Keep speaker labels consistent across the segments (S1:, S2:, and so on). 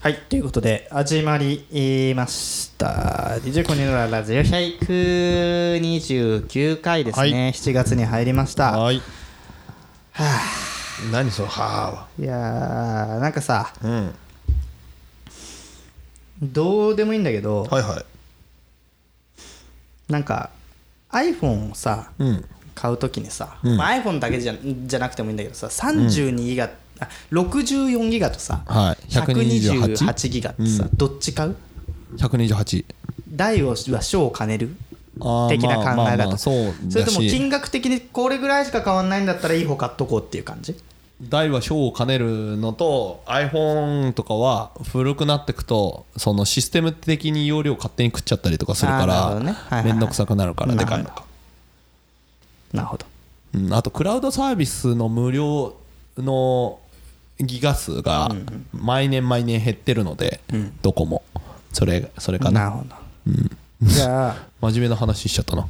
S1: はい、ということで、始まりました。20個にのラジオ129回ですね、
S2: はい
S1: 7月に入りました。
S2: はい。何そのは
S1: はい、いやー、なんかさ、
S2: あは。うん。
S1: どうでもいいんだけど、
S2: はいはい。
S1: なんか iPhone をさ、
S2: うん。
S1: 買うときにさ、
S2: うん
S1: まあ、iPhone だけじゃじゃなくてもいいんだけどさ、32ギガ、あ64ギガとさ、
S3: はい128
S1: 128ギガってさ、どっち買う
S3: 128
S1: 大をは小を兼ねる
S3: あー
S1: 的な考
S3: まあま
S1: え
S3: あ
S1: だ
S3: ま
S1: と
S3: あそう
S1: それ
S3: だ
S1: とも
S3: し
S1: 金額的にこれぐらいしか変わんないんだったらいい方買っとこうっていう感じ
S3: 大は小を兼ねるのと iPhone とかは古くなってくとそのシステム的に容量勝手に食っちゃったりとかするか
S1: あーなるほどねはいはいは
S3: ら
S1: い
S3: 面倒くさくなるから
S1: なる
S3: で
S1: ほ
S3: か
S1: ど
S3: いのか、
S1: なるほど
S3: うん、あとクラウドサービスの無料のギガ数が毎年毎年減ってるので、どこもそれそれか
S1: なる
S3: な
S1: ほど、じゃあ
S3: 真面目な話しちゃったな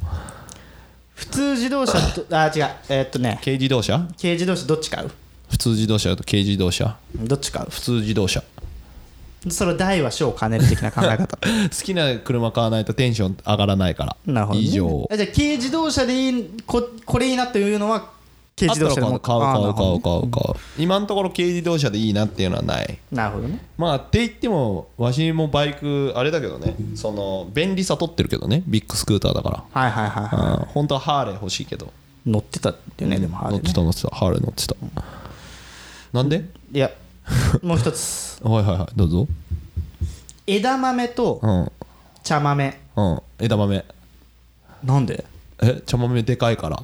S1: 普通自動車と あ違うえーっとね
S3: 軽自動車
S1: 軽自動車どっち買う
S3: 普通自動車と軽自動車
S1: どっち買う
S3: 普通自動車
S1: その大は小を兼ねる的な考え 方
S3: 好きな車買わないとテンション上がらないから
S1: なるほど、ね、
S3: 以上
S1: あじゃあ軽自動車でいいここれいいなというのは軽自動車で
S3: あ
S1: も
S3: ったら買う買う買う
S1: う
S3: 買う買う今のところ軽自動車でいいなっていうのはない
S1: なるほどね
S3: まあって言ってもわしもバイクあれだけどねその便利さ取ってるけどねビッグスクーターだか
S1: はいはいはいはい、
S3: らうん本当はハーレー欲しいけど
S1: 乗ってたっていうね、でもハーレ
S3: 乗っ
S1: ー
S3: て
S1: ね
S3: た乗ってたハーレー乗ってたなんで
S1: いやもう一つ
S3: はいはいはいどうぞ
S1: 枝豆と
S3: うん
S1: 茶豆
S3: うん枝豆
S1: なんで
S3: え茶豆でかいから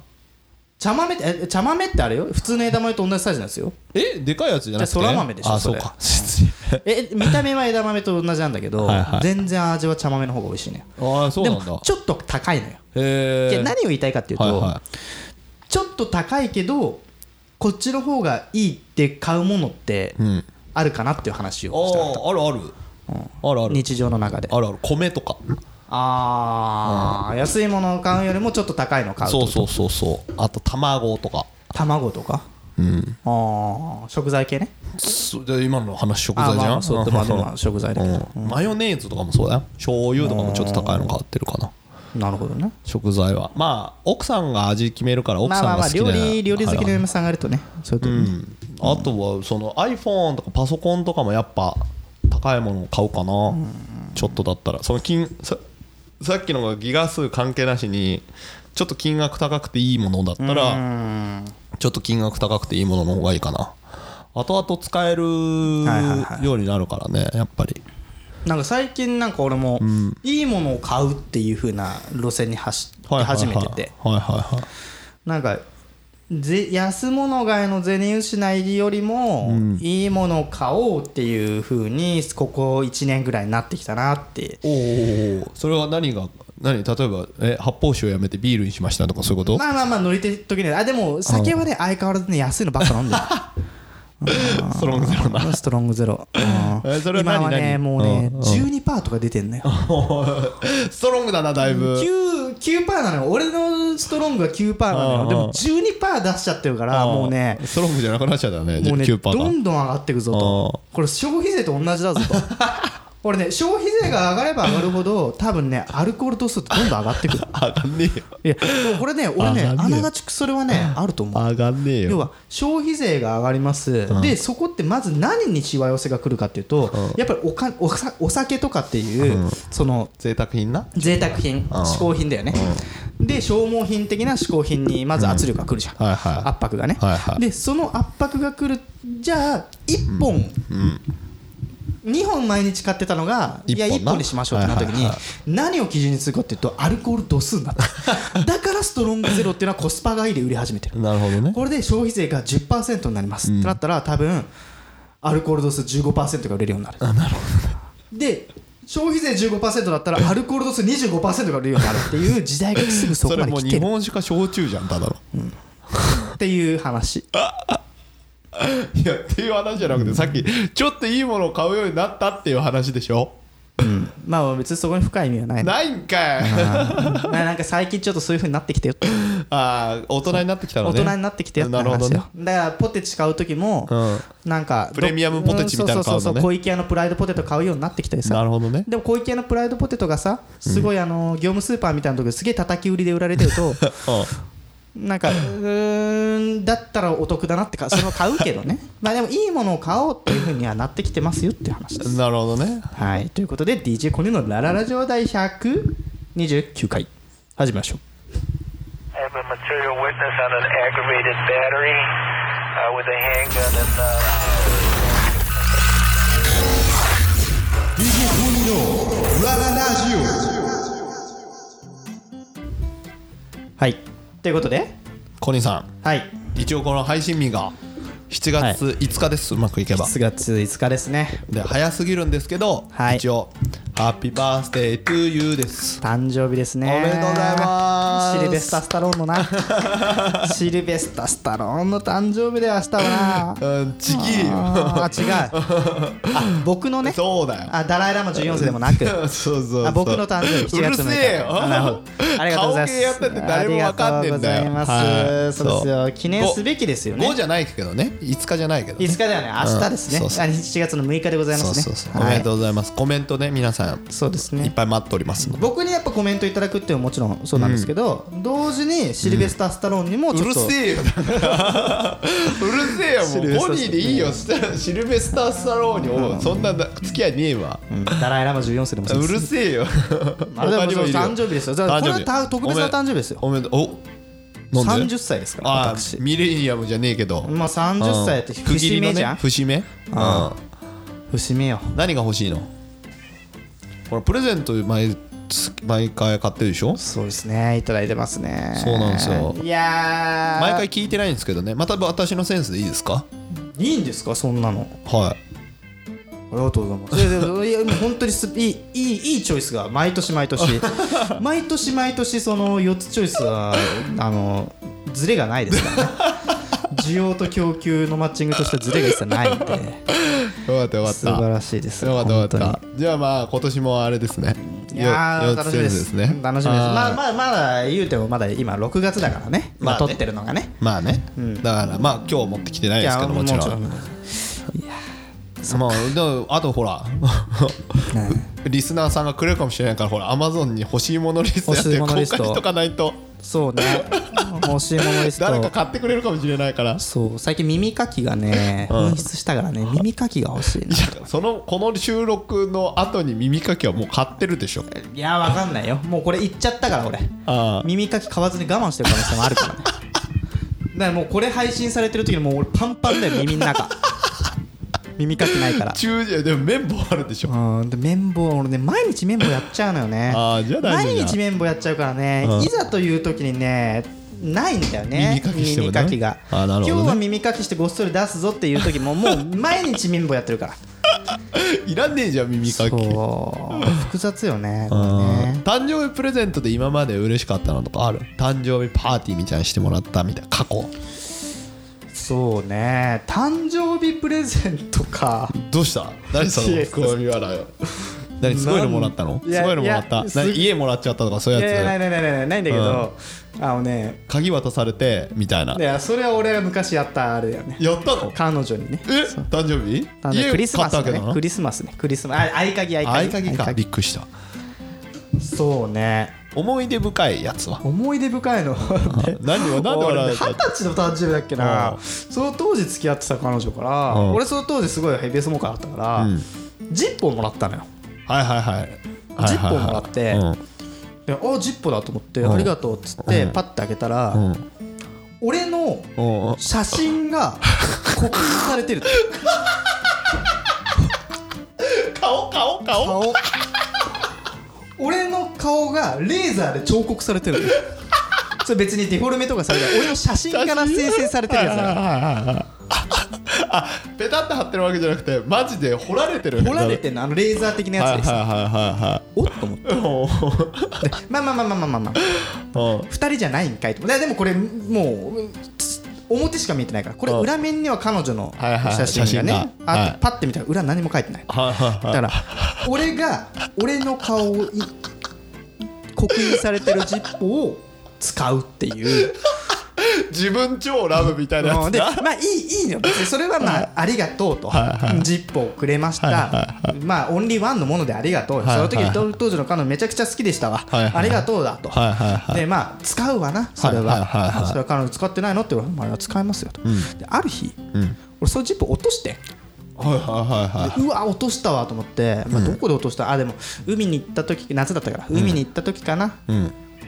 S1: 茶豆ってえ茶豆ってあれよ普通の枝豆と同じサイズなんですよ
S3: えでかいやつじゃなくて
S1: じゃあそら豆でしょ
S3: あ
S1: そ
S3: そう
S1: れ
S3: か
S1: え見た目は枝豆と同じなんだけど
S3: はいはい
S1: 全然味は茶豆の方が美味しいね
S3: ああそう
S1: で
S3: な
S1: も
S3: んだ
S1: ちょっと高いのよ
S3: へ
S1: い
S3: え
S1: や何を言いたいかっていうと、
S3: はいはい
S1: ちょっと高いけどこっちの方がいいって買うものって
S3: うん、
S1: あるかなっていう話をしたかっ
S3: あああるある、あるあ
S1: た
S3: る
S1: 日常の中で
S3: あるある米とか
S1: ああ安いものを買うよりもちょっと高いのを買う
S3: そう
S1: と
S3: そうそうそうあと卵とか
S1: 卵とか
S3: うん
S1: ああ食材系ね
S3: そで今の話食
S1: あー
S3: 材じ
S1: まあま
S3: ゃん
S1: あそうまあでもまあ食材だけ ど
S3: うんマヨネーズとかもそうだよ醤油とかもちょっと高いの買ってるかな
S1: なるほどね
S3: 食材はまあ奥さんが味決めるから奥
S1: まあ
S3: さん
S1: まあ
S3: が
S1: まあ
S3: 好きな
S1: 料理料理好きの
S3: はいはい
S1: 嫁さんがいるとねそういうとこ
S3: う
S1: ね
S3: んあとはその iPhone とかパソコンとかもやっぱ高いものを買うかなちょっとだったらその金ささっきのがギガ数関係なしにちょっと金額高くていいものだったら、ちょっと金額高くていいものの方がいいかな後々使える
S1: はいはいはい
S3: ようになるからねやっぱり
S1: なんか最近なんか俺もいいものを買うっていう風な路線に走り
S3: はいはい
S1: 始
S3: はい
S1: めてて
S3: はいはいはい
S1: なんかぜ安物買いの銭失いよりもいいものを買おうっていう風にここ1年ぐらいになってきたなって
S3: おーおーおーそれは何が何例えばえ発泡酒をやめてビールにしましたとかそういうこと
S1: まあまあまあ乗り手時にはあでも酒はね相変わらずね安いのばっか飲ん でる
S3: ストロングゼロな
S1: ストロングゼロうん
S3: え それは
S1: 今
S3: 何
S1: はね
S3: 何
S1: もうね
S3: うんうん
S1: 12%とか出てんのよ
S3: ストロングだなだいぶ、
S1: 9, 9パーなのよ俺のストロングは9パーなの
S3: う
S1: よ
S3: ん
S1: でも12パー出しちゃってるから
S3: あー
S1: もうね
S3: ストロングじゃなくなっちゃったよね
S1: もうね
S3: 9%が
S1: どんどん上がっていくぞとこれ消費税と同じ だぞと俺ね消費税が上がれば上がるほど多分ねアルコール度数ってどんどん上がってくる
S3: 上がんねえよ
S1: いやでもこれね俺ね
S3: 上がんねえよ
S1: あながちそれはねあると思う
S3: 上がんねえ
S1: 要
S3: よ
S1: は消費税が上がります、でそこってまず何にしわ寄せが来るかっていうと、やっぱりおかおさお酒とかっていう、その
S3: 贅沢品な
S1: 贅沢品
S3: うん
S1: 嗜好品だよね、で消耗品的な嗜好品にまず圧力が来るじゃん、
S3: うんはいはい
S1: 圧迫がね、
S3: はいはい
S1: でその圧迫が来るじゃあ1本、2本毎日買ってたのがいや
S3: 一本
S1: 1
S3: な
S1: 本にしましょうってなった時に、
S3: はいはいは
S1: 何を基準にするかっていうとアルコール度数になった だからストロングゼロっていうのはコスパがいいで売り始めてる
S3: なるほどね
S1: これで消費税が10%になります、ってなったら多分アルコール度数15%が売れるようになるで消費税15%だったらアルコール度数25%が売れるようになるっていう時代がすぐそ
S3: そ
S1: こま
S3: れ
S1: で
S3: もう
S1: 来
S3: 日
S1: てる
S3: 本酒か焼酎じゃんただの
S1: っていう話
S3: いやっていう話じゃなくてさっきちょっといいものを買うようになったっていう話でしょ
S1: まあ別にそこに深い意味はないな
S3: ないんかい
S1: ななんか最近ちょっとそういうふうになってきてよって
S3: ああ大人になってきたの
S1: 大
S3: ね
S1: 人になってきてやった
S3: なるほど
S1: 話
S3: ね
S1: よ、だからポテチ買う時も、
S3: うん
S1: なんかど
S3: プレミアムポテチみたいなの買う
S1: んそう
S3: のね
S1: そうそう小池屋のプライドポテト買うようになってきてさ
S3: なるほどね
S1: でも小池屋のプライドポテトがさすごいあの業務スーパーみたいなとこですげえ叩き売りで売られてる となんかうーんだったらお得だなってかそれを買うけ どねまあでもいいものを買おうっていうふうにはなってきてますよっていう話で
S3: う
S1: す
S3: んなるほどね
S1: はいということで DJ コネのラララジオ第129回始めましょう
S2: I have a material witness on an aggravated battery uh, with a handgun and. Uh,
S4: DJ コニのラララジオ
S1: はいということで
S3: コニーさん
S1: はい
S3: 一応この配信日が7月5日です、うまくいけば
S1: 7月5日ですね
S3: で早すぎるんですけど、
S1: はい
S3: 一応「ハッピーバースデートゥーユー」です
S1: 誕生日ですね
S3: おめでとうございます
S1: シルベスタ・スタローンのな シルベスタ・スタローンの誕生日で明日 はな
S3: うんちぎ
S1: あー違う あ僕のね
S3: そうだよ
S1: あダライ・ラマ14世でもなく
S3: そうそうそう
S1: あ僕の誕生日
S3: う
S1: 7
S3: る
S1: 月
S3: せ
S1: 6
S3: え
S1: 日
S3: よ
S1: あなるほ どありがとうございま
S3: 顔
S1: す
S3: 芸やってて誰もわかんねえんだよ
S1: ありがとうございます、そうですよ記念すべきですよね
S3: 5じゃないけどね5日じゃないけど、ね、
S1: 5日ではね明日ですね、
S3: うんそうそう
S1: あ7月の6日でございま
S3: そう
S1: すね
S3: そうそう、
S1: は
S3: おめでとう
S1: い、
S3: ございますコメントね皆さん
S1: そうですね
S3: いっぱい待っておりますので
S1: 僕にやっぱコメントいただくっていうのももちろんそうなんですけど、同時にシルベスター・スタローンにも
S3: う
S1: ちょ
S3: る
S1: っと、
S3: せえよ うるせえよもうボニーでいいよそしたらシルベスター・スタローニをそんな付き合いねえわ
S1: ダライ・ラマ14世でもそううです
S3: るせえよ
S1: あれでも
S3: 他に
S1: そう
S3: いるよ
S1: 誕生日ですよだからこれはた特別な誕生日ですよ
S3: おめでおめでおなんで
S1: 30歳ですから
S3: あ
S1: 私
S3: ミレニアムじゃねえけど
S1: まあ30歳って
S3: うん区切
S1: 節
S3: りの
S1: 目
S3: ね
S1: じゃん
S3: 節目うん
S1: 節目よ
S3: 何が欲しいのほらプレゼント毎月毎回買ってるでしょ
S1: そうですねいただいてますね
S3: そうなんですよ
S1: いやー
S3: 毎回聞いてないんですけどねまた私のセンスでいいですか
S1: いいんですかそんなの
S3: は
S1: ありがとうございますいやいやいやもう本当にすいいいいいいチョイスが毎年毎年 毎年毎年その4つチョイスはあのズレがないですからね需要と供給のマッチングとしてはズレが一切ないんで
S3: いよかったよかった
S1: 素晴らしいです
S3: よかったよかっ
S1: 本
S3: たじゃあまあ今年もあれですね
S1: いやー
S3: よよ
S1: 楽しみです
S3: センスね
S1: 楽しみですまあ
S3: あー
S1: まあまだ言うてもまだ今6月だからね,、ま
S3: まあ
S1: あ、
S3: ね
S1: 撮ってるのがね
S3: まあね、だからまあ今日持ってきてないですけどもちろん
S1: いや
S3: まあでもあと ほらリスナーさんがくれるかもしれないからほらアマゾンに欲しいものリストやっ
S1: 欲
S3: て
S1: しいもの
S3: 公開
S1: リス
S3: し
S1: ト
S3: とかないと
S1: そうね欲しいものリス
S3: 誰
S1: ト
S3: か買ってくれるかもしれないから
S1: そう最近耳かきがね紛失したからね耳かきが欲しいない
S3: やそのこの収録の後に耳かきはもう買ってるでしょ
S1: いやわかんないよもうこれ言っちゃったから俺
S3: ああ
S1: 耳かき買わずに我慢してる可能性もある からねだからもうこれ配信されてる時にもう俺パンパンだよ耳の中耳かきないから
S3: 中じゃでも綿棒あるでしょ
S1: うん、で綿棒俺ね毎日綿棒やっちゃうのよね
S3: あーじゃあ大丈夫
S1: 毎
S3: じゃん
S1: 日綿棒やっちゃうからね、
S3: うん
S1: いざという時にねないんだよね
S3: 耳かきしても
S1: 耳
S3: ね
S1: かきが
S3: あーなるほどね
S1: 今日は耳かきしてごっそり出すぞっていう時ももう毎日綿棒やってる から
S3: いらねえじゃん耳かき
S1: そう複雑よねこれ
S3: あー
S1: ね
S3: 誕生日プレゼントで今まで嬉しかったのとかある誕生日パーティーみたいにしてもらったみたいな過去
S1: そうね誕生日プレゼントか
S3: どうした何その
S1: いや
S3: ツッコミ笑いは何すごいのもらったの
S1: いや
S3: すごいのもらっ
S1: い
S3: た
S1: やす
S3: 何家もらっちゃったとかそう
S1: い
S3: い
S1: や
S3: う
S1: いやな
S3: や
S1: いないないないないんだけど、あのね
S3: つ鍵渡されてみたいない
S1: やそれは俺が昔やったあれだよね
S3: やったの
S1: 彼女にね
S3: え誕生日
S1: あのねクリスマス
S3: 買ったわけ
S1: ね
S3: だな
S1: クリスマスねクリスマスあ合鍵合鍵
S3: 合鍵かびっくりした
S1: そうね
S3: 思い出深いやつは
S1: 思い出深 いのね
S3: 何を何 で
S1: 俺
S3: 笑
S1: ね
S3: う
S1: 二十歳の誕生日だっけ
S3: う
S1: なんその当時付き合ってた彼女から
S3: うん
S1: 俺その当時すごいヘビースモーカーだったから
S3: うん
S1: ジッポをもらったのよ
S3: はいはいはいはいはいはい
S1: ジッポもらって
S3: うん
S1: であジッポだと思って
S3: うん
S1: ありがとうっつってパッて開けたら
S3: うん
S1: 俺の
S3: うん
S1: 写真が刻印されてる
S3: 顔顔顔
S1: 顔俺の顔がレーザーで彫刻されてるのよそれ別にデフォルメとかされない俺の写真から生成されてるやつだから
S3: あペタって貼ってるわけじゃなくてマジで掘られてる
S1: 掘られてんのあのレーザー的な
S3: るは
S1: やつ
S3: いはい
S1: でさ、
S3: は
S1: おっと思って
S3: いはいはい
S1: まあまあまあまあまあまあ、まあ、
S3: うんうん
S1: 2人じゃないんかいと思っていやでもこれもうつ表しか見えてないからこれ
S3: うん
S1: 裏面には彼女の
S3: はいはい
S1: 写真がね、
S3: 写真が
S1: あ
S3: は
S1: っ
S3: い
S1: てパッて見たら裏何も書いてない
S3: はいは
S1: だ
S3: いはい
S1: から 俺が俺の顔をい刻印されてるジッポを使うっていう。
S3: 自分超ラブみたいな や
S1: う
S3: つ
S1: んで
S3: だ、
S1: まあいいいいのよ別にそれはまあありがとうと
S3: はいはい
S1: ジップをくれまし
S3: はい
S1: たまあオンリーワンのものでありがとうよ
S3: はい
S1: そ
S3: は
S1: の
S3: い
S1: 時当時の彼女めちゃくちゃ好きでしたわ
S3: はいはい
S1: ありがとうだと
S3: はいはいはい
S1: でまあ使うわなそれ
S3: はいはいはいは
S1: はいそれは彼女使ってないのって言われまあ使いますよとである日
S3: ん
S1: 俺そのジップ落として
S3: はいはいはいは
S1: うわ落としたわと思ってまあどこで落としたあでも海に行った時夏だったから海に行った時かな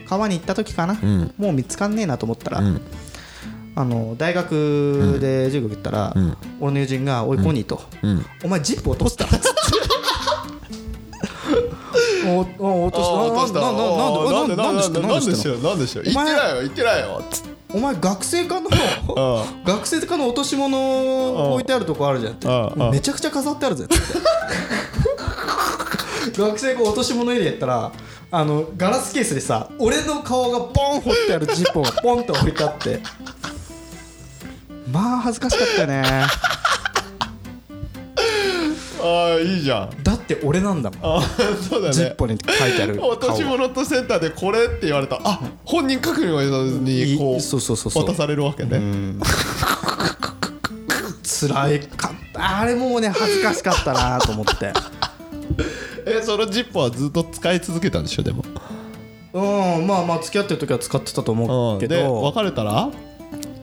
S1: 川に行った時かなもう見つかんねえなと思ったら
S3: ん
S1: あの大学で授業行ったら、俺の友人が「おいコニー」と「
S3: ん
S1: お前ジップ落と した」っつって。おお落とした
S3: あー落とした
S1: なななななんでなんで知ってんの
S3: なん
S1: なんで
S3: でし
S1: 知
S3: よ
S1: ってん
S3: う
S1: の
S3: なんでしよう
S1: お
S3: 言って
S1: 前
S3: ないよ言ってないよ つって
S1: お前学生 科の
S3: あ
S1: 学生科の落とし物置いてあるとこあるじゃんって
S3: ああ
S1: めちゃくちゃ飾ってあ るぜって学生こう落とし物エリアやったらあのガラスケースでさ俺の顔がポン掘ってあるジッポーがポンと置いてあってまあ恥ずかしかったよね
S3: あーいいじゃん
S1: だって俺なんだもん
S3: あーそうだ
S1: ジッ
S3: ね
S1: ポーに書いてある
S3: 落とし
S1: 顔
S3: 物とセンターでこれって言われたあ本人確認を得ずにこ
S1: いそうそうそうそう
S3: 渡されるわけね
S1: つらいかったあれもうね恥ずかしかったなと思って
S3: えそのジッポはずっと使い続けたんでしょでも
S1: うんまあまあ付き合ってる時は使ってたと思
S3: う
S1: うんけ
S3: で
S1: ど
S3: 別れたら
S1: い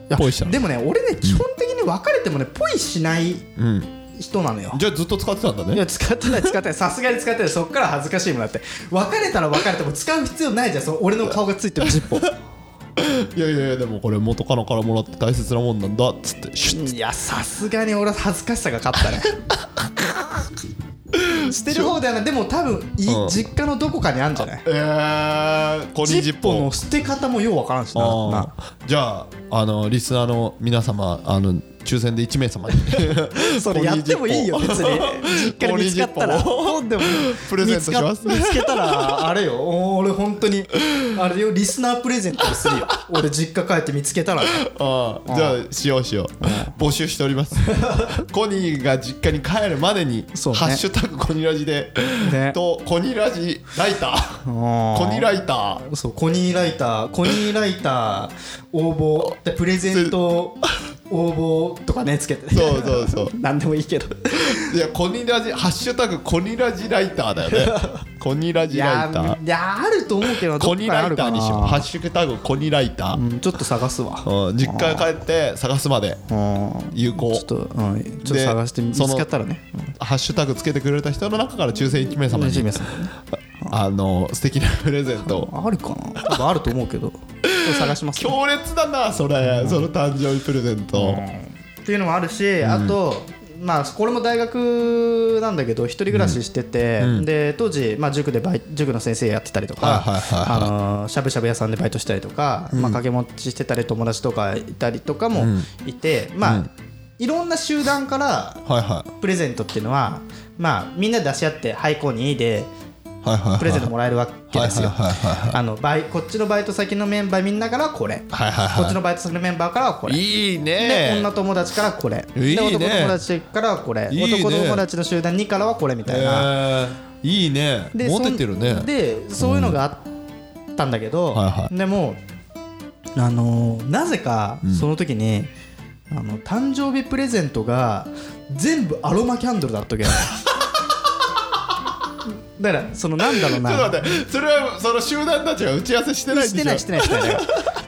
S1: や
S3: ポイしたの
S1: でもね俺ね基本的に別れてもねポイしない
S3: うん
S1: 人なのよ
S3: じゃあずっと使ってたんだ
S1: い
S3: ね
S1: や使ってない使ってないさすがに使ってないそっから恥ずかしいもんだって別れたら別れても使う必要ないじゃんその俺の顔がついてるジッポ
S3: いやいやいやでもこれ元カノからもらって大切なもんなんだっつってシュ ッ
S1: いやさすがに俺は恥ずかしさが勝ったね してる方ではないでも多分い
S3: うん
S1: 実家のどこかにあるんじゃない
S3: えー、コニ
S1: ジ
S3: ージ
S1: ッ
S3: ッポ
S1: ポ
S3: ン
S1: の捨て方もようわからんしな
S3: あーじゃああのリスナーの皆様あの抽選で1 名様に
S1: なそれやってもいいよ
S3: ポニ
S1: 別
S3: ージッ
S1: に実家
S3: ポ
S1: に見つかったら
S3: ポニージッポ
S1: 本でも
S3: プレゼントします
S1: 見つか見つけた らあれよ俺本当にあれよリスナープレゼントをするよ俺実家帰って見つけたらね
S3: ああじゃあしようしよう募集しております コニーが実家に帰るまでに、
S1: そうね
S3: ハッシュタグコニラジで、
S1: ね
S3: とコニラジライターコニライター
S1: そうコニーライターコニーライター応募でプレゼン ト応募とかねつけて
S3: そうそうそう
S1: 何でもいいけど
S3: いやコニラジハッシュタグコニラジライター だよねコニラ
S1: い
S3: ジラ
S1: や
S3: イター
S1: いやあると思うけどど
S3: コ
S1: っか
S3: ニ
S1: にあ
S3: ライ
S1: る
S3: ター
S1: か
S3: に
S1: な
S3: しようハッシュタグコニライター、
S1: うんちょっと探すわ
S3: うん実家帰って探すまで
S1: うん
S3: 有効
S1: ちょっとうんちょっと
S3: で
S1: 探して見つ
S3: その
S1: かったらね
S3: ハッシュタグつけてくれた人の中から抽選1名様
S1: 楽しみ
S3: に
S1: です
S3: あの素敵なプレゼントを
S1: あるかな多分あると思うけど探します
S3: 強烈だなそれ、その誕生日プレゼント、
S1: っていうのもあるし、あとまあこれも大学なんだけど一人暮らししてて、で当時、まあ、塾でバイ塾の先生やってたりとか
S3: はいはいはいはい
S1: あのーしゃぶしゃぶ屋さんでバイトしたりとか、まあ、掛け持ちしてたり友達とかいたりとかもいて、まあ、いろんな集団から
S3: はいはい
S1: プレゼントっていうのは、まあ、みんなで出し合って「はいこうにいい」で
S3: はいはいはい
S1: プレゼントもらえるわけですよ
S3: はいはいはいはい
S1: あのバイこっちのバイト先のメンバーみんなからはこれ
S3: はいはいはい
S1: こっちのバイト先のメンバーからはこれ
S3: いい
S1: で
S3: ね
S1: 女友達からはこれ
S3: いいね
S1: で男友達からはこれ
S3: いいね
S1: 男友達の集団2からはこれみたいな、
S3: えーいいね
S1: で
S3: モテてるね
S1: そんでそういうのがあったんだけど、
S3: はいはい
S1: でもあのーなぜかその時に、あの誕生日プレゼントが全部アロマキャンドルだった 時なのだからそのなんだろうな
S3: ちょっと待ってそれはその集団たちは打ち合わせしてないんでしょ
S1: してないしてないしてないだか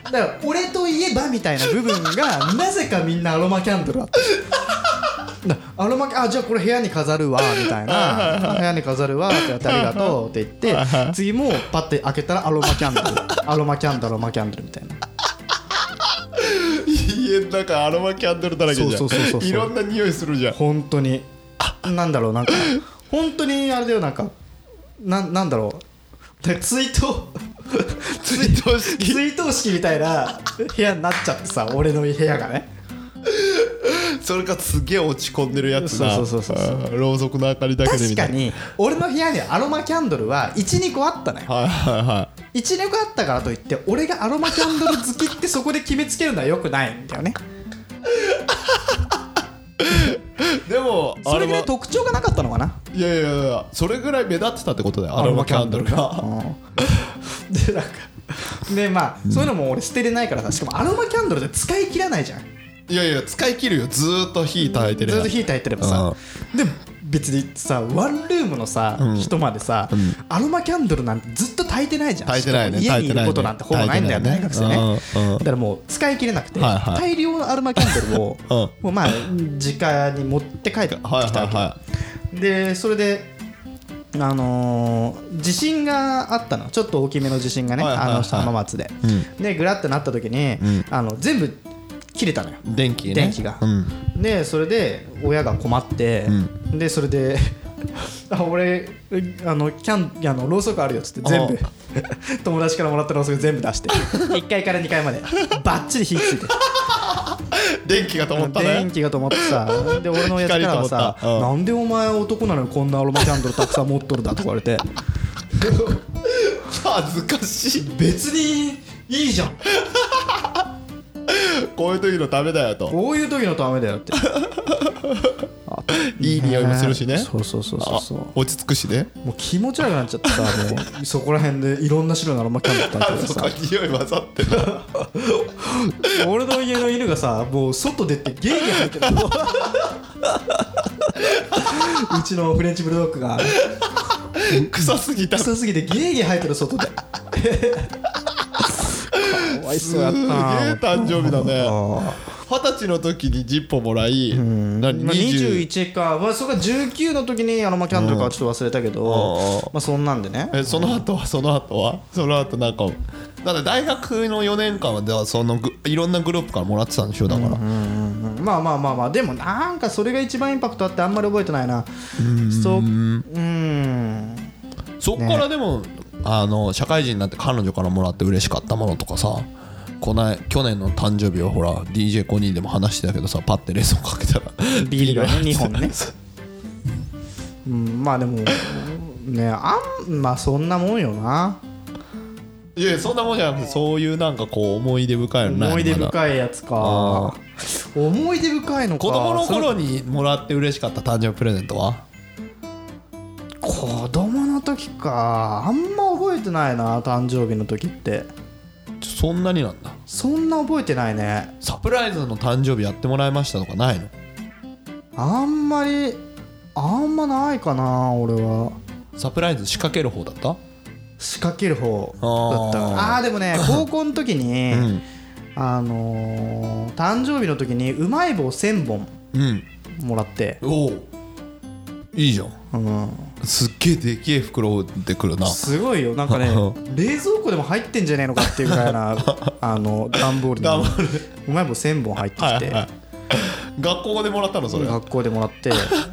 S1: らだから俺といえばみたいな部分がなぜかみんなアロマキャンドルあっただアロマキあじゃあこれ部屋に飾るわみたい な部屋に飾るわってやってありがとうって言って 次もパッて開けたらアロマキャンドルアロマキャンドルアロマキャンドルみたいな
S3: 家の中アロマキャンドルだらけじゃん
S1: そうそうそうそうそう
S3: いろんな匂いするじゃん
S1: 本当になんだろうなんか本当にあれだよなんかなんなんだろうだツイート
S3: 追悼 式
S1: 追悼式みたいな部屋になっちゃってさ俺の部屋がね
S3: それかすげえ落ち込んでるやつな
S1: そうそうそうそう
S3: うんろうそくの明かりだけで
S1: 確
S3: みた
S1: か
S3: いな
S1: に俺の部屋にアロマキャンドルは12個あったのよ
S3: はいはいはい
S1: 12個あったからといって俺がアロマキャンドル好きってそこで決めつけるのはよくないんだよね
S3: でも
S1: それぐら
S3: ア
S1: い
S3: ロ
S1: 特徴がなかったのかな
S3: マいやいやいやそれぐらい目立ってたってことだよアロマキャンドルが
S1: うんでなんかでまあそういうのも俺捨てれないからさしかもアロマキャンドルって使い切らないじゃん
S3: いやいや使い切るよずーっと火焚いてる
S1: ずっと火焚いてればさで別にさワンルームのさ、
S3: うん
S1: 人までさ、アロマキャンドルなんてずっと焚いてないじゃん
S3: 焚いてないね
S1: しかも
S3: 焚い
S1: 家に
S3: て
S1: い
S3: ないね
S1: ることなんてほぼないんだよ、
S3: 焚いてない
S1: 大
S3: ね
S1: 学生ね、
S3: うんうん
S1: だからもう使い切れなくて、
S3: はいはい
S1: 大量のアロマキャンドルを、
S3: うん
S1: もうまあ実家に持って帰ってきた
S3: はい
S1: わけ、
S3: はいは
S1: でそれであのー地震があったのちょっと大きめの地震がね、
S3: はいはいはい
S1: あの浜松で、でグラッとなった時に、あの全部切れたのよ
S3: い電気ね
S1: 電気が
S3: うん
S1: でそれで親が困って、でそれで あ俺あのキャンあのろうそくあるよっつって全部 友達からもらったろうそく全部出して 1階から2階までバッチリ火ついて
S3: 電気がと思ったね
S1: 電気が止まってさで俺のやつからはさ「
S3: 光と思ったう
S1: なんでお前男なのにこんなアロマキャンドルたくさん持っとるだ」とか言われて
S3: 恥ずかしい
S1: 別にいいじゃん
S3: こういう時のためだよと
S1: こういう時のためだよって
S3: いい匂いもするし ね
S1: そうそうそうそうそう
S3: あ落ち着くしね
S1: もう気持ち悪くなっちゃってさもうそこら辺でいろんな種類のアロマキャンドルた
S3: あ
S1: んて
S3: そ
S1: さ
S3: こに匂い混ざってる
S1: 俺の家の犬がさもう外出てゲーゲー入ってるうちのフレンチブルドッグが
S3: 臭すぎた
S1: 臭すぎてゲーゲー入ってる外でかわい
S3: す
S1: そう
S3: げえ
S1: やったな
S3: 誕生日だね
S1: ああ
S3: 二十歳の時にジッポもらい何
S1: まあ、
S3: 20
S1: 21か、まあ、それが19の時にアロマキャンドルかはちょっと忘れたけ
S3: うん
S1: ど、
S3: うん
S1: まあ、そんなんでね
S3: えその後はその後はその後なんかだって大学の4年間はではそのぐいろんなグループからもらってたんでしょだから、
S1: うんまあまあまあまあでもなんかそれが一番インパクトあってあんまり覚えてないなそううん
S3: そっからでも、あの社会人になって彼女からもらって嬉しかったものとかさこない去年の誕生日はほら d j コニーでも話してたけどさパッて冷蔵庫かけたら
S1: ビールがね
S3: ビ
S1: 2本ねうんまあでもねあんまあそんなもんよない
S3: やいやそんなもんじゃなくてそういうなんかこう思い出深いのない
S1: 思い出
S3: まだ
S1: 深いやつ
S3: あ
S1: か思い出深いのか
S3: 子供の頃
S1: そ
S3: にもらって嬉しかった誕生日プレゼントは
S1: れ子供の時かあんま覚えてないな誕生日の時って
S3: そんなになんだ
S1: そんな覚えてないね
S3: サプライズの誕生日やってもらいましたとかないの
S1: あんまりあんまないかな俺は
S3: サプライズ仕掛ける方だった
S1: 仕掛ける方だ
S3: あー
S1: ったああーでも ね高校の時に、
S3: うん
S1: あのー誕生日の時にうまい棒1000本
S3: うん
S1: もらって
S3: おおいいじゃん
S1: うん
S3: すっげえでけえ袋でくるな
S1: すごいよなんかね冷蔵庫でも入ってんじゃねえのかっていうぐらい なあの段ボールに
S3: 段ボー
S1: うまい棒1000本入ってきて、
S3: 学校でもらったのそ れ
S1: 学校でもらって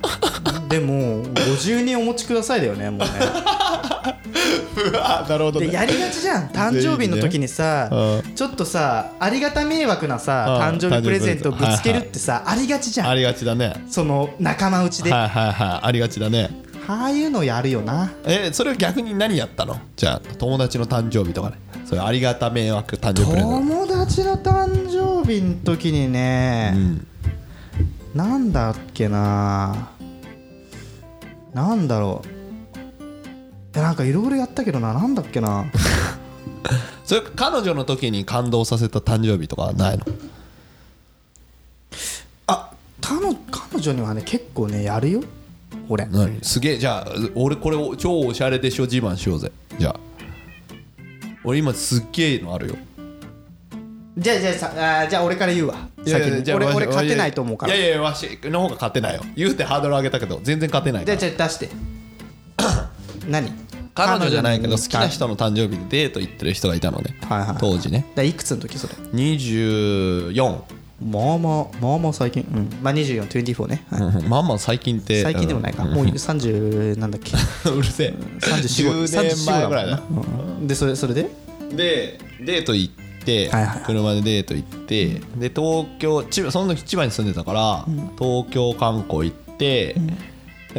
S1: でも50人お持ちくださいだよねもうね
S3: うわなるほど
S1: で
S3: ね
S1: やりがちじ ゃん誕生日の時にさ、ちょっとさありがた迷惑なさ
S3: う
S1: 誕
S3: ん
S1: 生日プレゼントをぶつけるってさ、ありがちじゃ
S3: あ
S1: ん
S3: りがちだね
S1: その仲間内で、
S3: はいはいはいありがちだね
S1: ああいうのやるよな
S3: えそれ逆に何やったのじゃあ友達の誕生日とかねそれありがた迷惑誕生日プレゼン
S1: 友達の誕生日の時にね、なんだっけななんだろういやなんかいろいろやったけどななんだっけな
S3: トそれ彼女の時に感動させた誕生日とかはないの
S1: あ彼女彼女にはね結構ねやるよ俺
S3: 何すげえじゃあ俺これを超おしゃれでしょ自慢しようぜじゃあ俺今すっげえのあるよ
S1: じゃあじゃあさあーじゃあ俺から言うわ
S3: いやい
S1: 先
S3: や
S1: に
S3: じゃあ
S1: 俺
S3: わし
S1: 俺勝てないと思うから
S3: いやいやわしの方が勝てないよ言うてハードル上げたけど全然勝てな
S1: じ
S3: いか
S1: ゃあ
S3: ら
S1: じゃあ出して 何
S3: 彼女じゃないけど
S1: 彼女に
S3: 好きな人の誕生日でデート行ってる人がいたのね、
S1: はいはい
S3: 当時ね
S1: だいくつの時それ
S3: 24
S1: まあまあまあまあ最近うんまあ2424ね、はい
S3: うんまあまあ最近って
S1: 最近でもないか、もう30なんだっけ
S3: うんうるせえ
S1: 34
S3: 10年前ぐらいだ、
S1: うんでそれそれで
S3: でデート行って、
S1: はいはいはい
S3: 車でデート行って、で東京千葉その時千葉に住んでたから、東京観光行って、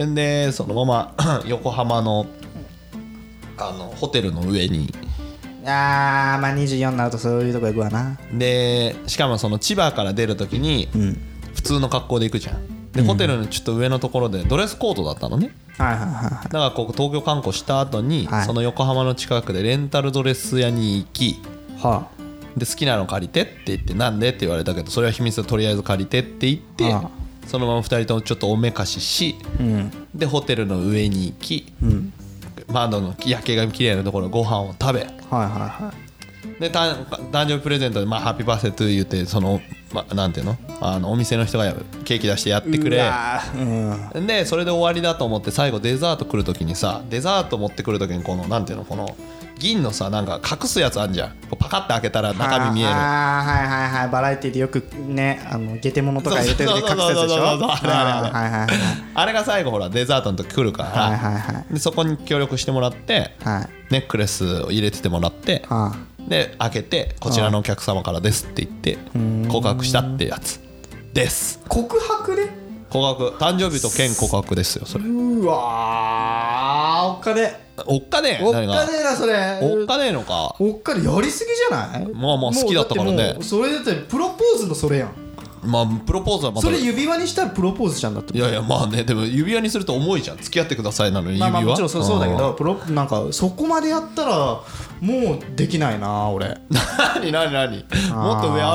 S3: ん、でそのまま 横浜のあのホテルの上に
S1: ああまあ24になるとそういうとこ行くわな
S3: でしかもその千葉から出る時に、普通の格好で行くじゃんでホテルのちょっと上のところでドレスコードだったのね、
S1: あはいはいは
S3: だからこう東京観光した後に、
S1: はい
S3: その横浜の近くでレンタルドレス屋に行き
S1: いは
S3: で好きなの借りてって言ってなんでって言われたけどそれは秘密でとりあえず借りてって言って
S1: あ
S3: そのまま2人ともちょっとおめかしし、
S1: あうん
S3: でホテルの上に行き、
S1: うん
S3: 窓の夜景が綺麗なところご飯を食べ
S1: はいはいはい
S3: でた誕生日プレゼントで、まあ「ハッピーバースデー」と言ってその、まあ、なんていうのあのお店の人がケーキ出してやってく
S1: う
S3: れ
S1: わーうん
S3: でそれで終わりだと思って最後デザート来る時にさデザート持ってくる時にこのなんていうのこの銀のさなんか隠すやつあんじゃんこうパカッて開けたら中身見える
S1: ああはいはいはいバラエティでよくねあのゲテモノとか入れてるで隠すやつでしょ
S3: そうそうそうそうあれあれあれ
S1: はいはいはい
S3: あれが最後ほらデザートの時来るから、
S1: はいはいは
S3: でそこに協力してもらって、
S1: いはい
S3: ネックレスを入れててもらって、
S1: あ
S3: で開けて「こちらのお客様からです」って言って告白したってやつです
S1: 告白で
S3: 告白誕生日と兼告白ですよそれ
S1: うわーおっかね
S3: おっかねえ
S1: おっか
S3: 何
S1: ね
S3: が
S1: えなそれ
S3: おっかねえのか
S1: おっかねやりすぎじゃない
S3: まあまあ好きだったか
S1: も
S3: らね
S1: うってもうそれだってプロポーズのそれやん
S3: まあプロポーズはまた
S1: それ指輪にしたらプロポーズじゃんだって
S3: いやいやまあねでも指輪にすると重いじゃん付き合ってくださいなのに指
S1: まあ
S3: 輪
S1: まあもちろんそうそうだけ
S3: ん
S1: どプロなんかそこまでやったらもうできないな俺
S3: 何何何もっと上あ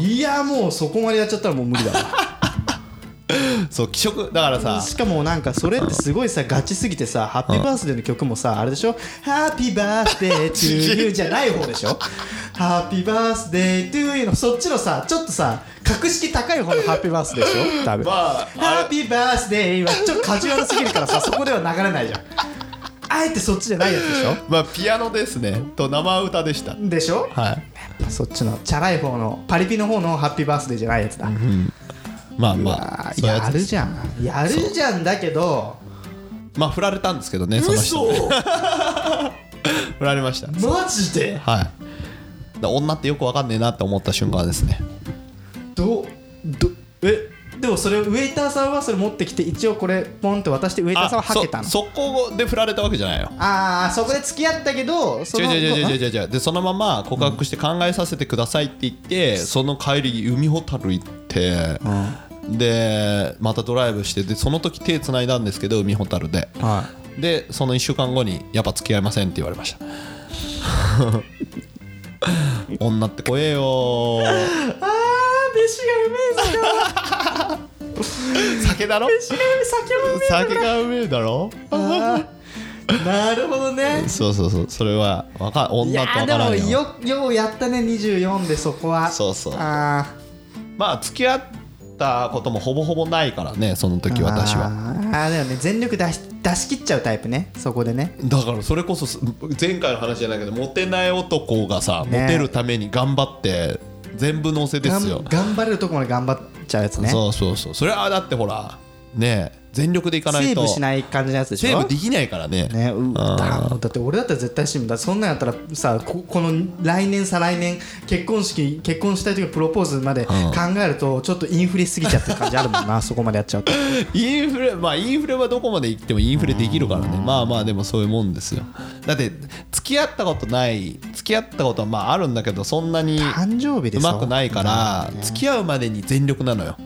S1: あ
S3: でしょう
S1: ーいやもうそこまでやっちゃったらもう無理だわ
S3: がそう気色だからさ
S1: しかもなんかそれってすごいさガチすぎてさ「ハッピーバースデー」の曲もさあれでしょ「ハッピーバースデート ゥーユー」じゃない方でしょ「ハッピーバースデートゥーユー」のそっちのさちょっとさ格式高い方の「ハッピーバースデー」でしょ多分、
S3: まああれ
S1: ハッピーバースデーはちょっとカジュアルすぎるからさそこでは流れないじゃんあえてそっちじゃないやつでしょ
S3: まあピアノですねと生歌でした
S1: でしょ
S3: はい
S1: そっちのチャラい方のパリピの方のハッピーバースデーじゃないやつだ、
S3: まあま
S1: あ
S3: あ
S1: ー
S3: そういうや
S1: や
S3: つで
S1: る
S3: す
S1: じゃんやるじゃんだけど
S3: まあ振られたんですけどねその人振られました
S1: マジで
S3: はいだ女ってよくわかんねえなって思った瞬間ですね
S1: どどえでもそれウェイターさんはそれ持ってきて一応これポンって渡してウェイターさんははけたの
S3: そそこで振られたわけじゃないよ
S1: ああそこで付き合ったけどそ
S3: 違う
S1: の
S3: 違う違う違う違う違うでそのまま告白して考えさせてくださいって言って、その帰り海ほたる行って、でまたドライブしてでその時手つないだんですけど海ほたるで、
S1: は
S3: でその1週間後にやっぱ付き合いませんって言われました 女って怖えよー
S1: あ あ飯がうめえぞ
S3: 酒だろ
S1: 飯がうめえ
S3: 酒がうめえだろ
S1: 酒も なるほどね
S3: そうそうそうそれはわか
S1: い
S3: 女
S1: や
S3: ってわ
S1: ー
S3: からん
S1: で
S3: よ
S1: もよようやったね24でそこは
S3: そうそう
S1: あ
S3: まあ付き合ったこともほぼほぼないからねその時
S1: ー
S3: 私は
S1: あーでもね全力出し出し切っちゃうタイプねそこでね
S3: だからそれこそす前回の話じゃないけどモテない男がさ、
S1: ね
S3: モテるために頑張って全部乗せですよ
S1: 頑、頑張れるとこまで頑張っちゃうやつね
S3: そうそうそうそれはだってほらねえ全力でいかないと
S1: セーブしない感じのやつでしょ
S3: セーブできないからね
S1: ね、う
S3: あ
S1: だもうだって俺だったら絶対死ぬだそんなんやったらさここの来年再来年結婚式結婚したい時のプロポーズまで考えるとちょっとインフレしすぎちゃってる感じあるもんな そこまでやっちゃうと
S3: インフレまあインフレはどこまで行ってもインフレできるからねまあまあでもそういうもんですよだって付き合ったことない付き合ったことはまああるんだけどそんなに
S1: 誕生日で
S3: う
S1: さ
S3: まくないから付き合うまでに全力なのよ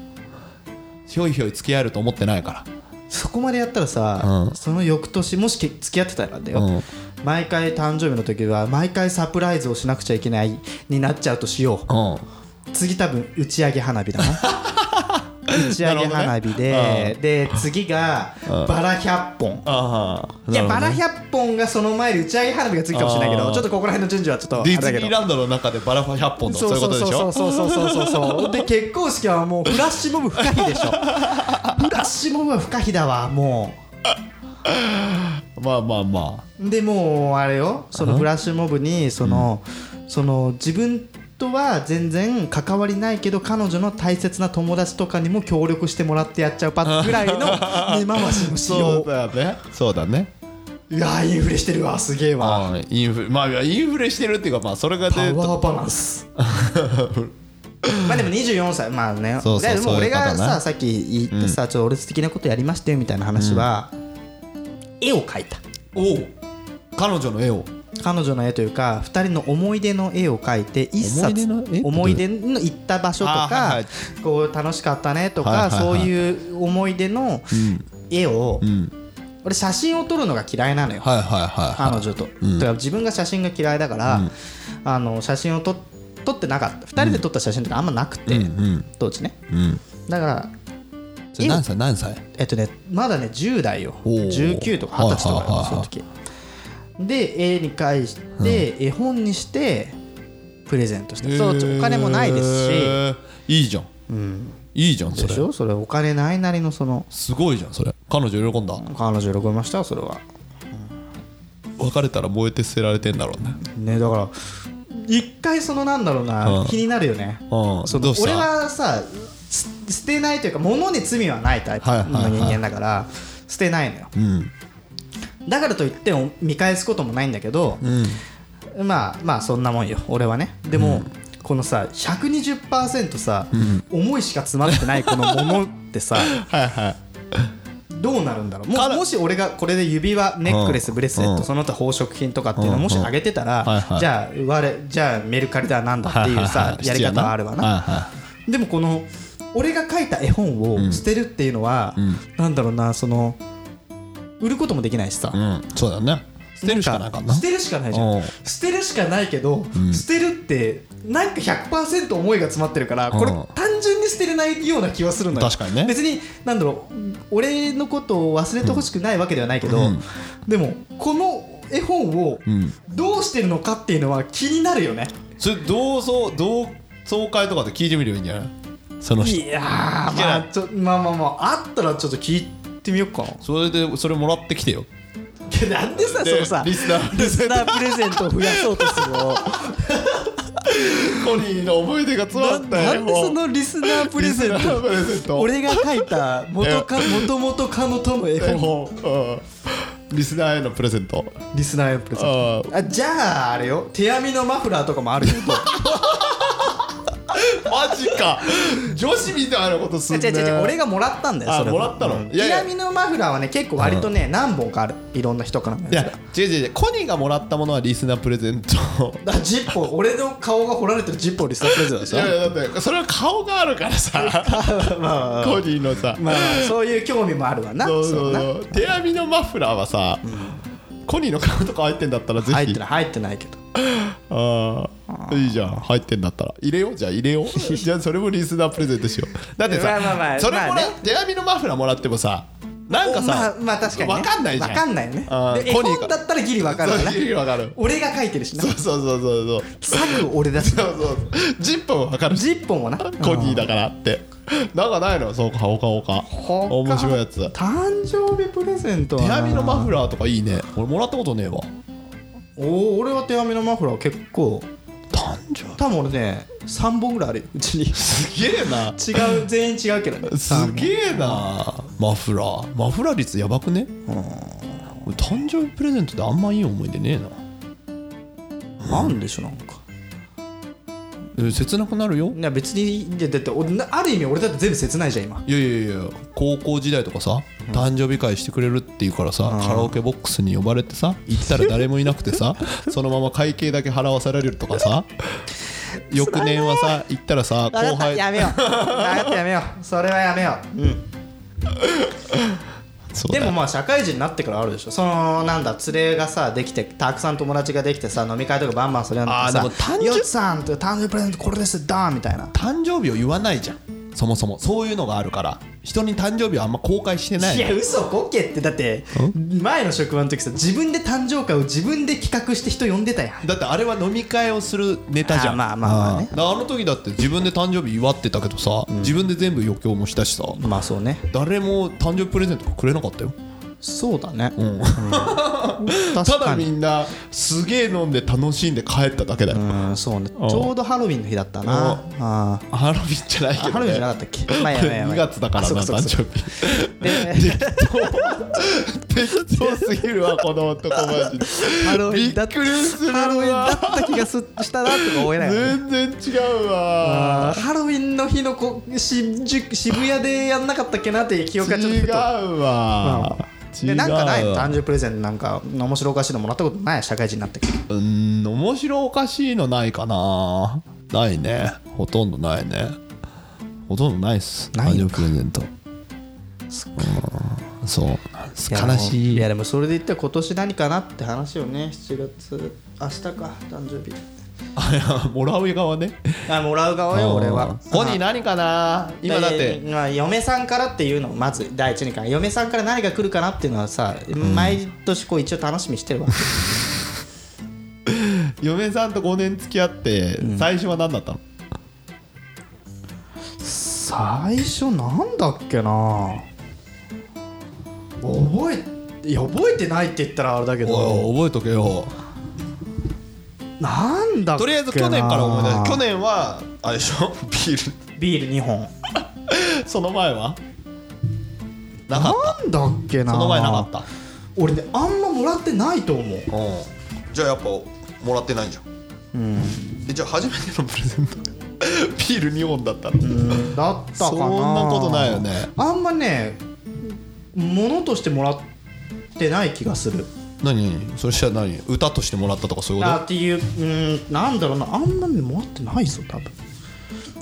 S3: ひょいひょい付き合えると思ってないから
S1: そこまでやったらさ、
S3: うん
S1: その翌年もしけ付き合ってたらだよ、
S3: うん
S1: 毎回誕生日の時は毎回サプライズをしなくちゃいけないになっちゃうとしよ
S3: うん
S1: う次多分打ち上げ花火だな 打ち上げ花火で、
S3: なるほどね
S1: で次がバラ100本
S3: ああ
S1: いや、バラ100本がその前で打ち上げ花火がついかもしれないけ
S3: あ
S1: ど、
S3: ー
S1: ちょっとここら辺の順序はちょっとあ
S3: デ
S1: れ
S3: ィズ
S1: だ
S3: ニ
S1: け
S3: ー
S1: ど。
S3: ランドの中でバラファ100本とかそういうことでし
S1: そ
S3: ょ
S1: うそうそうそうそうそうそうで結婚式はもうフラッシュモブ不可避で しょフラッシュモブは不可避だわも
S3: まあまあま
S1: うでもうあれよそのフラッシュモブにその、その自分とは全然関わりないけど彼女の大切な友達とかにも協力してもらってやっちゃうパッぐらい の根回しの
S3: あ
S1: しよ
S3: そう
S1: う
S3: だねそうだね
S1: いやーインフレしてるわすげえわ
S3: ああインフレまあいやインフレしてるっていうかまあそれが
S1: パ
S3: で
S1: ワーバラン スまあでも24歳まあね
S3: そうそう
S1: でも
S3: そうい
S1: 俺
S3: う方ね
S1: がささっき言ったさ、ちょっと俺的なことやりましたよみたいな話は、絵を描いた
S3: おう彼女の絵を
S1: 彼女の絵というか2人の思い出の絵を描いて一冊
S3: 思い出の絵
S1: 思い出の行った場所とか、
S3: あーはいはい
S1: こう楽しかったねとか、
S3: はいはいはい
S1: そういう思い出の絵を
S3: うん
S1: 俺写真を撮るのが嫌いなのよ、
S3: はいはいはい
S1: 彼
S3: は
S1: 女と、だから自分が写真が嫌いだから、あの写真を撮撮ってなかった2人で撮った写真とかあんまなくて、
S3: いうん
S1: 当時ね
S3: うんうん
S1: だから
S3: それ何歳何歳
S1: えっとねまだね10代よ
S3: おー
S1: 19とか20歳とかだ
S3: はいはいはいは
S1: よ
S3: い
S1: その時で絵に返して、絵本にしてプレゼントしてそうお金もないですし、
S3: へーいいじゃん
S1: うん、
S3: いいじゃんそ
S1: でし
S3: れ
S1: ょそれお金ないなりのその
S3: すごいじゃんそれ彼女喜んだ
S1: 彼女喜びましたよそれは
S3: 別れたら燃えて捨てられてんだろうね
S1: ねだから一回そのなんだろうな、
S3: うん
S1: 気になるよね、
S3: うん
S1: そ
S3: ど
S1: の
S3: うした
S1: 俺はさす捨てないというか物に罪はないタイプ
S3: はい
S1: の
S3: はいはい
S1: 人間だから、捨てないのよ
S3: うん
S1: だからといってお見返すこともないんだけど、
S3: うん
S1: まあまあそんなもんよ俺はねでも、このさ120%さ、思いしか詰まってないこのものって さ
S3: はいはい
S1: どうなるんだろうも
S3: から
S1: もし俺がこれで指輪ネックレス、
S3: うん
S1: ブレスレット、
S3: うん
S1: その他宝飾品とかっていうのをもし
S3: うん
S1: あげてたら、
S3: はいはい
S1: じゃあ我じゃあメルカリだなんだっていう
S3: はは
S1: さ
S3: は
S1: やり方はあるわな、
S3: はいは
S1: でもこの俺が書いた絵本を捨てるっていうのは、
S3: ん
S1: なんだろうなその売ることもできないしさ、
S3: いうんそうだね捨てるしかないかな
S1: 捨てるしかないじゃ
S3: うんん
S1: 捨てるしかないけど、捨てるってなんか100%思いが詰まってるから、これ
S3: うん
S1: 単純に捨てれないような気はするのよ
S3: 確かにね
S1: 別になんだろう俺のことを忘れてほしくないわけではないけど、
S3: うん
S1: でもこの絵本を
S3: ん
S1: どうしてるのかっていうのは気になるよね、
S3: それ同窓同窓会とかで聞いてみるばいいんじゃないその人
S1: いやーま
S3: 聞けない
S1: あちょまあまあまああったらちょっと聞いてみようかな
S3: それでそれもらってきてよ
S1: いや なんでさ
S3: で
S1: そのさ
S3: リスナー
S1: リスナープレゼントを増やそうとする の
S3: コニーの思い出が詰
S1: な
S3: まったよ
S1: なんでそのリスナープレゼン
S3: リスナ
S1: ト
S3: ープレゼント
S1: 俺が書いた元か元々かのとの絵
S3: 絵
S1: 本
S3: 本うんリスナーへのプレゼント
S1: リスナーへのプレゼント
S3: あ
S1: あじゃああれよ手編みのマフラーとかもある けど
S3: あマジか女子みたいなことすんね
S1: 違う違う違う俺がもらったんだよ
S3: あ
S1: それは
S3: もらったの
S1: うん
S3: いやいや
S1: 手編みのマフラーはね結構割とね何本かあるいろんな人からの
S3: い
S1: やつ
S3: や違う違う違うコニーがもらったものはリスナープレゼ ント
S1: だからジッポー俺の顔が彫られてるジッポーリスナープレゼントでし
S3: い
S1: ょ
S3: やいやだってそれは顔があるから さコニーのさ
S1: まあそういう興味もあるわな
S3: そうそう
S1: そうだな
S3: そう手編みのマフラーはさ、コニーの顔とか入ってんだったらぜひ
S1: 入ってない入ってないけど
S3: ああいいじゃん入ってんだったら入れようじゃあ入れ ようじゃあそれもリスナープレゼントしようだってさ、
S1: まあまあまあ
S3: それもら、
S1: まあね
S3: 手編みのマフラーもらってもさなんかさ、
S1: まあ、まあ確かに、ね、
S3: わかんないじゃん
S1: わかんないよね
S3: あー
S1: で絵
S3: コニー
S1: 本だったらギリわかるわ
S3: そう
S1: な
S3: ギリわかる
S1: 俺が書いてるしな
S3: そうそうそうそう
S1: 作俺だし
S3: そうそうそうジップもわかるし
S1: ジッポもな
S3: コニーだからってなんかないのそうかほかほか
S1: 他
S3: 面白いやつ
S1: 誕生日プレゼントは
S3: 手
S1: な
S3: 編みのマフラーとかいいね俺もらったことねえわ
S1: おお俺は手編みのマフラー結構
S3: 誕生日
S1: 多分俺ね3本ぐらいあるようち に
S3: すげえな
S1: 違う全員違うけどね
S3: すげえなマフラーマフラー率やばくね俺誕生日プレゼントであんまいい思い出ねえな
S1: なんでしょなんか
S3: え切なくなるよ
S1: いや別にいやだって俺なある意味俺だって全部切ないじゃん今
S3: いやいやいや高校時代とかさ誕生日会してくれるっていうからさカラオケボックスに呼ばれてさ行ったら誰もいなくて さそのまま会計だけ払わされるとかさ翌年はさ行ったらさ後
S1: わかった
S3: 輩
S1: やめよう分かったやめよう それはやめよううん
S3: そうだ
S1: で
S3: よ
S1: もまあ社会人になってからあるでしょそのなんだ連れがさできてたくさん友達ができてさ飲み会とかバンバンするようになって
S3: あーでも
S1: さ「
S3: 単純
S1: よっさん」って誕生日プレゼントこれですだーみたいな
S3: 誕生日を言わないじゃんそもそもそういうのがあるから人に誕生日はあんま公開してない
S1: いや嘘こけってだって前の職場の時さ自分で誕生会を自分で企画して人呼んでたやん
S3: だってあれは飲み会をするネタじゃん
S1: あまあまあまあね
S3: うんだからあの時だって自分で誕生日祝ってたけどさ、自分で全部余興もしたしさ
S1: まあそうね
S3: 誰も誕生日プレゼントくれなかったよ
S1: そうだね、うん
S3: た
S1: 確
S3: だ
S1: か
S3: み
S1: に
S3: んなすげえ飲んで楽しんで帰っただけだよ、
S1: うんそうねちょうどハロウィンの日だった
S3: お
S1: なあー
S3: ハロウィンじゃないけど、ね、
S1: ハロウィンじゃなかったっけまあやばいやばい
S3: 2月だから
S1: あそ
S3: な
S1: っそっ
S3: 誕
S1: そっ
S3: 生日
S1: で
S3: 適当すぎるわこの男マジで
S1: ハロウィンだ
S3: びっくりするわ
S1: ハロウィンだった気がすしたなとか思えないよね
S3: 全然違うわ
S1: あーハロウィンの日のこ新宿渋谷でやんなかったっけなっていう記憶がちょっと
S3: 違
S1: ふと
S3: うわ、違う
S1: で
S3: わ
S1: なんかないの誕生日プレゼントなんか面白おかしいのもらったことない社会人になってから
S3: うーん面白おかしいのないかなないねほとんどないねほとんどないっす
S1: ないの
S3: 誕生日プレゼントうんそうなん
S1: や
S3: 悲し
S1: い
S3: い
S1: やでもそれで言ったら今年何かなって話をね7月明日か誕生日
S3: あいや もらう側ね
S1: あもらう側よ俺は
S3: コニー何かな今だっ
S1: いや
S3: て
S1: いやまあ、嫁さんからっていうのをまず第一にか嫁さんから何が来るかなっていうのはさ、毎年こう一応楽しみにしてるわ
S3: 嫁さんと5年付き合って最初は何だったの、
S1: 最初なんだっけな覚えいや覚えてないって言ったらあれだけど
S3: おい覚えとけよ
S1: なんだっけな
S3: とりあえず去年から思い出して去年はあれでしょ ビー
S1: ビール2本
S3: ルその前はなかった
S1: なんだっけな
S3: その前なかった
S1: 俺ねあんまもらってないと思う
S3: うんじゃあやっぱもらってないじゃん
S1: うん
S3: えじゃあ初めてのプレゼント ビール2本だったの、
S1: だったかな
S3: そんなことないよね
S1: あんまね物としてもらってない気がする
S3: 何何そしたら何歌としてもらったとかそういうこ
S1: あ
S3: と
S1: っていううんなんだろうなあんまねもらってないぞ多分だか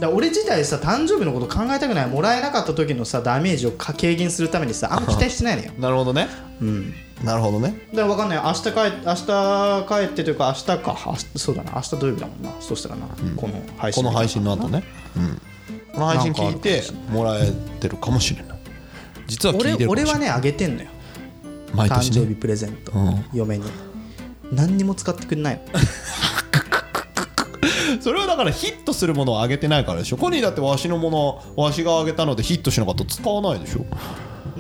S1: ら俺自体さ誕生日のこと考えたくないもらえなかった時のさダメージをか軽減するためにさあんま期待してないのよ
S3: なるほどね
S1: うん
S3: なるほどね
S1: だから分かんない明日帰明日帰ってというか明日か明日そうだな明日土曜日だもんなそうしたらな、この配
S3: こ
S1: 信
S3: の配信の後ね、うん、この配信聞いてもらえてるかもしれない実は聞
S1: 俺
S3: いてるかもし
S1: 俺
S3: れな
S1: は
S3: い
S1: ねあげてんのよ
S3: 毎
S1: 誕
S3: 年、ね、
S1: 生日プレゼント、
S3: うん
S1: 嫁に何にも使ってくんないの
S3: それはだからヒットするものをあげてないからでしょコニーだってわしのものわしがあげたのでヒットしなかったら使わないでしょ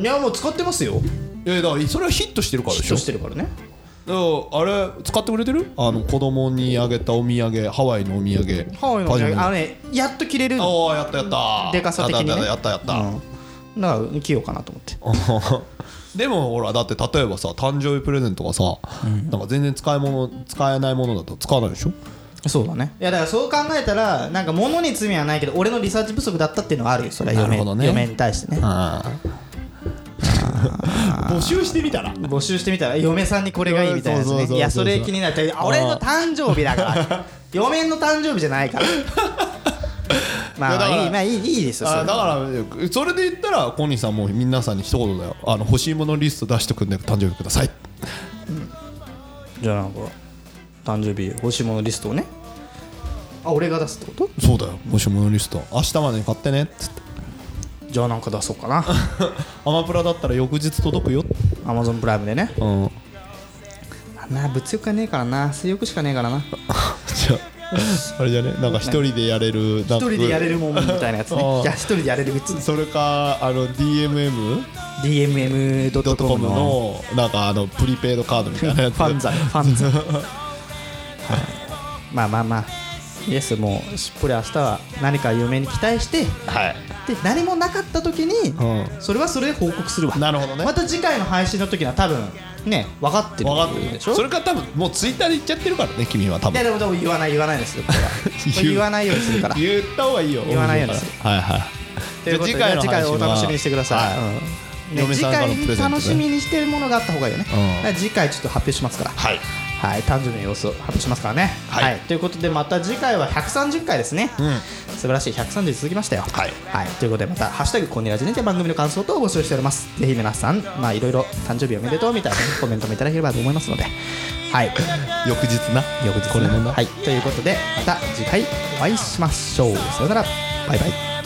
S1: いやもう使ってますよ
S3: いやだからそれはヒットしてるからで
S1: 嫉
S3: しょ
S1: 妬してるからね
S3: だからあれ使ってくれてるあの子供にあげたお土産ハワイのお土産
S1: ハワイのお土産あ
S3: あ
S1: のねやっと着れる
S3: おおやったやった
S1: でかさ的にね
S3: やったやったやったやっ
S1: うんだから着ようかなと思って
S3: た、 でもほらだって例えばさ誕生日プレゼントがさ、なんか全然使い物使えないものだと使わないでしょ
S1: そうだねいやだからそう考えたらなんか物に罪はないけど俺のリサーチ不足だったっていうのはあるよそれは
S3: な
S1: 嫁,、
S3: るほどね
S1: 嫁に対してね
S3: 募集してみたら
S1: 募集してみたら嫁さんにこれがいいみたいなやつ
S3: そうそうそ
S1: ね
S3: うそうそう
S1: いやそれ気になってあ俺の誕生日だから 嫁の誕生日じゃないからまあ
S3: いやだから
S1: いいまあいいいいですよそれ
S3: あだからそれで言ったらコニーさんも皆さんに一言だよあの欲しいものリスト出してくんで誕生日ください
S1: じゃあなんか誕生日欲しいものリストをねあ俺が出すってこと
S3: そうだよ欲しいものリスト明日までに買ってねっつって
S1: じゃあなんか出そうかな
S3: アマプラだったら翌日届くよ
S1: アマゾンプライムでね
S3: うん
S1: なあ物欲がねえからな性欲しかねえからな
S3: じゃああれじゃねなんか一人でやれる一
S1: 一人でやれるもんみたいなやつ
S3: あ
S1: ね
S3: あ
S1: じゃあ一人でやれるグッズ
S3: それかあの DMM.com
S1: DMM.com の
S3: のなんかあのプリペイドカードみたいなやつ
S1: ファンザファン ザはいまあまあまあイエスもうしっぽり明日は何か嫁に期待して
S3: はい
S1: で何もなかった時に、
S3: う
S1: それはそれで報告するわ
S3: なるほどね
S1: また次回の配信の時には多分ね分かってる
S3: 分かってる
S1: で
S3: で
S1: し
S3: し
S1: ょ
S3: ょそれから多分もうツイッターで言っちゃってるからね君は多
S1: いや
S3: 分
S1: でもでも言わない言わないですよこれは
S3: 言 う
S1: 言わないようにするから
S3: 言った方がいいよ
S1: 言わないようにする
S3: はいはい
S1: ということで
S3: じゃあ
S1: 次回をお
S3: は
S1: 楽しみにしてください、
S3: は
S1: うんね
S3: 嫁
S1: 次
S3: さんから
S1: 回
S3: のプレゼントね
S1: に楽しみにしてるものがあった方がいいよね、
S3: うん
S1: だから次回ちょっと発表しますから
S3: はい
S1: はい、誕生日の様子を発表しますからね。は、
S3: はいい
S1: ということで、また次回は130回ですね。
S3: ん
S1: 素晴らしい130続きましたよ。
S3: はい
S1: ということで、またハッシュタグコニラジにて番組の感想等を募集しております。ぜひ皆さん、まあ、いろいろ誕生日おめでとうみたいなコメントもいただければと思いますので。はい、
S3: 翌日な
S1: 翌日、ね、
S3: これもな
S1: はい、ということで、また次回お会いしましょう。さよなら、バイバイ。